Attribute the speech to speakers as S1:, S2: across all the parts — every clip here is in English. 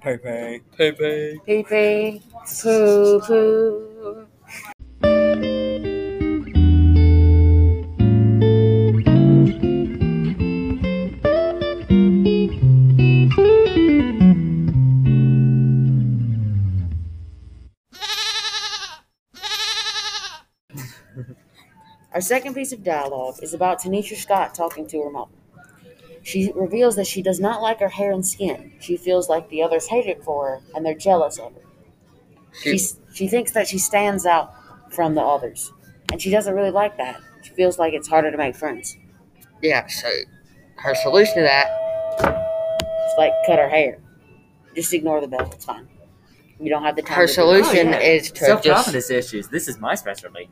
S1: 佩佩，
S2: 佩佩，
S3: 呸呸，噗噗。Our second piece of dialogue is about Tanisha Scott talking to her mom. She reveals that she does not like her hair and skin. She feels like the others hate it for her and they're jealous of her. She, she thinks that she stands out from the others, and she doesn't really like that. She feels like it's harder to make friends.
S4: Yeah, so her solution to that,
S3: It's like cut her hair. Just ignore the belt. It's fine. You don't have the time.
S4: her
S3: to do it.
S4: solution
S5: Oh, yeah.
S4: is to
S5: Self
S4: just.
S5: confidence issues. This is my specialty.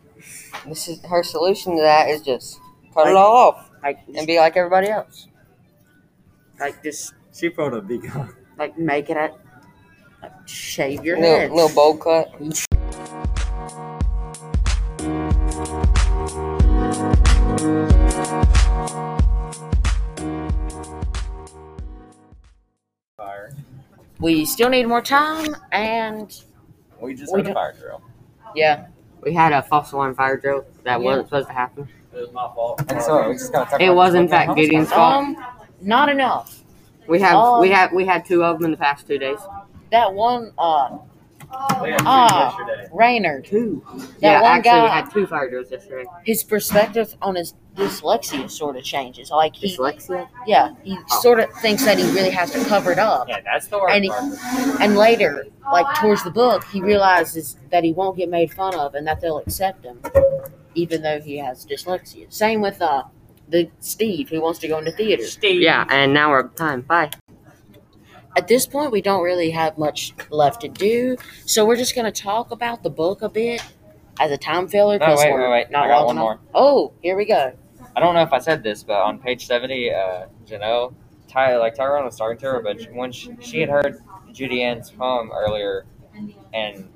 S4: This is her solution to that is just cut
S3: Like-
S4: it all off
S3: Like,
S4: and be like everybody else.
S3: like just
S1: she pulled a big one.
S3: like make it up. Like, shave your head.
S4: Little, little bowl cut.
S5: Fire.
S3: We still need more time, and
S5: We just
S3: We
S5: had a
S3: don't-
S5: fire drill.
S4: Yeah, we had a false alarm fire drill that wasn't supposed to happen.
S5: It was my fault.
S1: And so we just gotta talk
S4: It
S1: about
S4: was
S1: this
S4: in
S1: one now,
S4: fact
S1: huh?
S4: Gideon's fault.
S3: um, not enough.
S4: We have we
S3: um,
S4: have we had two of them in the past two days.
S3: that one uh
S5: We had two
S3: Ah.
S5: yesterday.
S3: Raynard,
S4: Two.
S3: that
S4: Yeah,
S3: one
S4: actually we
S3: guy,
S4: had two fire drills yesterday.
S3: his perspective on his dyslexia sort of changes. Like he,
S4: Dyslexia.
S3: yeah, he
S4: Oh.
S3: sort of thinks that he really has to cover it up.
S5: Yeah, that's the word.
S3: And he- And later, like towards the book, he realizes that he won't get made fun of and that they'll accept him, even though he has dyslexia. Same with uh the Steve who wants to go into theater.
S5: Steve.
S4: Yeah, and now we're up time. Bye.
S3: at this point we don't really have much left to do so we're just going to talk about the book a bit as a time filler
S2: No,
S3: 'cause
S2: Oh, wait,
S3: we're
S2: wait, wait.
S3: not
S2: I got
S3: long
S2: one
S3: enough.
S2: more.
S3: oh here we go
S2: I don't know if I said this, but on page seventy, uh, Janelle, Ty, like Tyrone was talking to her, but she- when she, she had heard Judy Ann's poem earlier, and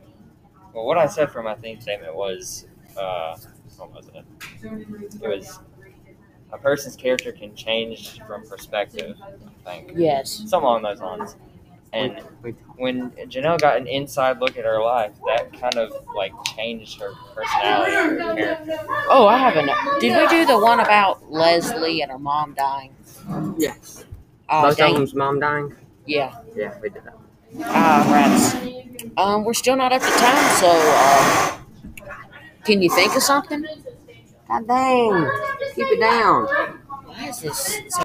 S2: well, what I said for my theme statement was, uh, what was it? It was a person's character can change from perspective. I think
S3: yes
S2: something along those lines. And when Janelle got an inside look at her life, that kind of like changed her personality, and her character.
S3: oh i haven't did we do the one about leslie and her mom dying
S4: Yes.
S3: oh
S4: Both of
S3: dang
S4: them's mom dying.
S3: yeah
S4: Yeah, we did that.
S3: ah rats um we're still not up to time so um, can you think of something
S4: God dang. Keep it down.
S3: Why is this? So-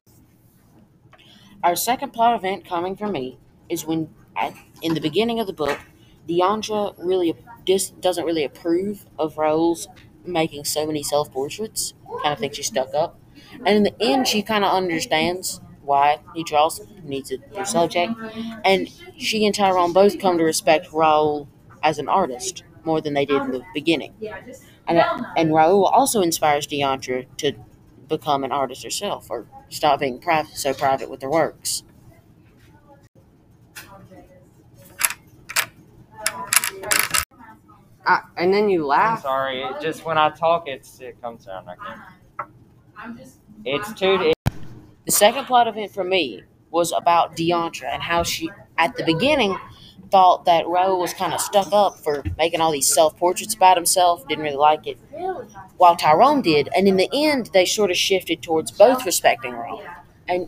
S3: Our second plot event coming from me is when, at, in the beginning of the book, Deandra really dis- doesn't really approve of Raoul's making so many self portraits. Kind of thinks she's stuck up, and in the end, she kind of understands why he draws. Needs a new subject, and she and Tyrone both come to respect Raoul as an artist more than they did in the beginning. And and Raoul also inspires Deandra to become an artist herself or stop being private, so private with their works.
S4: Uh, and then you
S2: I'm
S4: laugh.
S2: sorry, it just when I talk, it's it comes down. I can't. It's too. It,
S3: The second plot event for me was about Deontra and how she, at the beginning, thought that Raoul was kind of stuck up for making all these self portraits about himself, didn't really like it, while Tyrone did. And in the end, they sort of shifted towards both respecting Raoul.
S2: you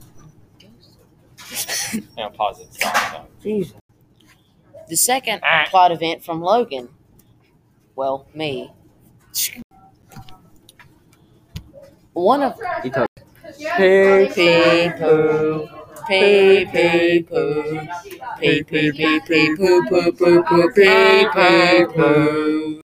S2: know, pause it. Stop, stop.
S4: Jesus.
S3: The second
S2: Ah.
S3: plot event from Logan, well, me. One of
S4: You told
S3: Pee pee poo, pee pee poo, pee pee pee pee poo poo poo poo pee pee poo.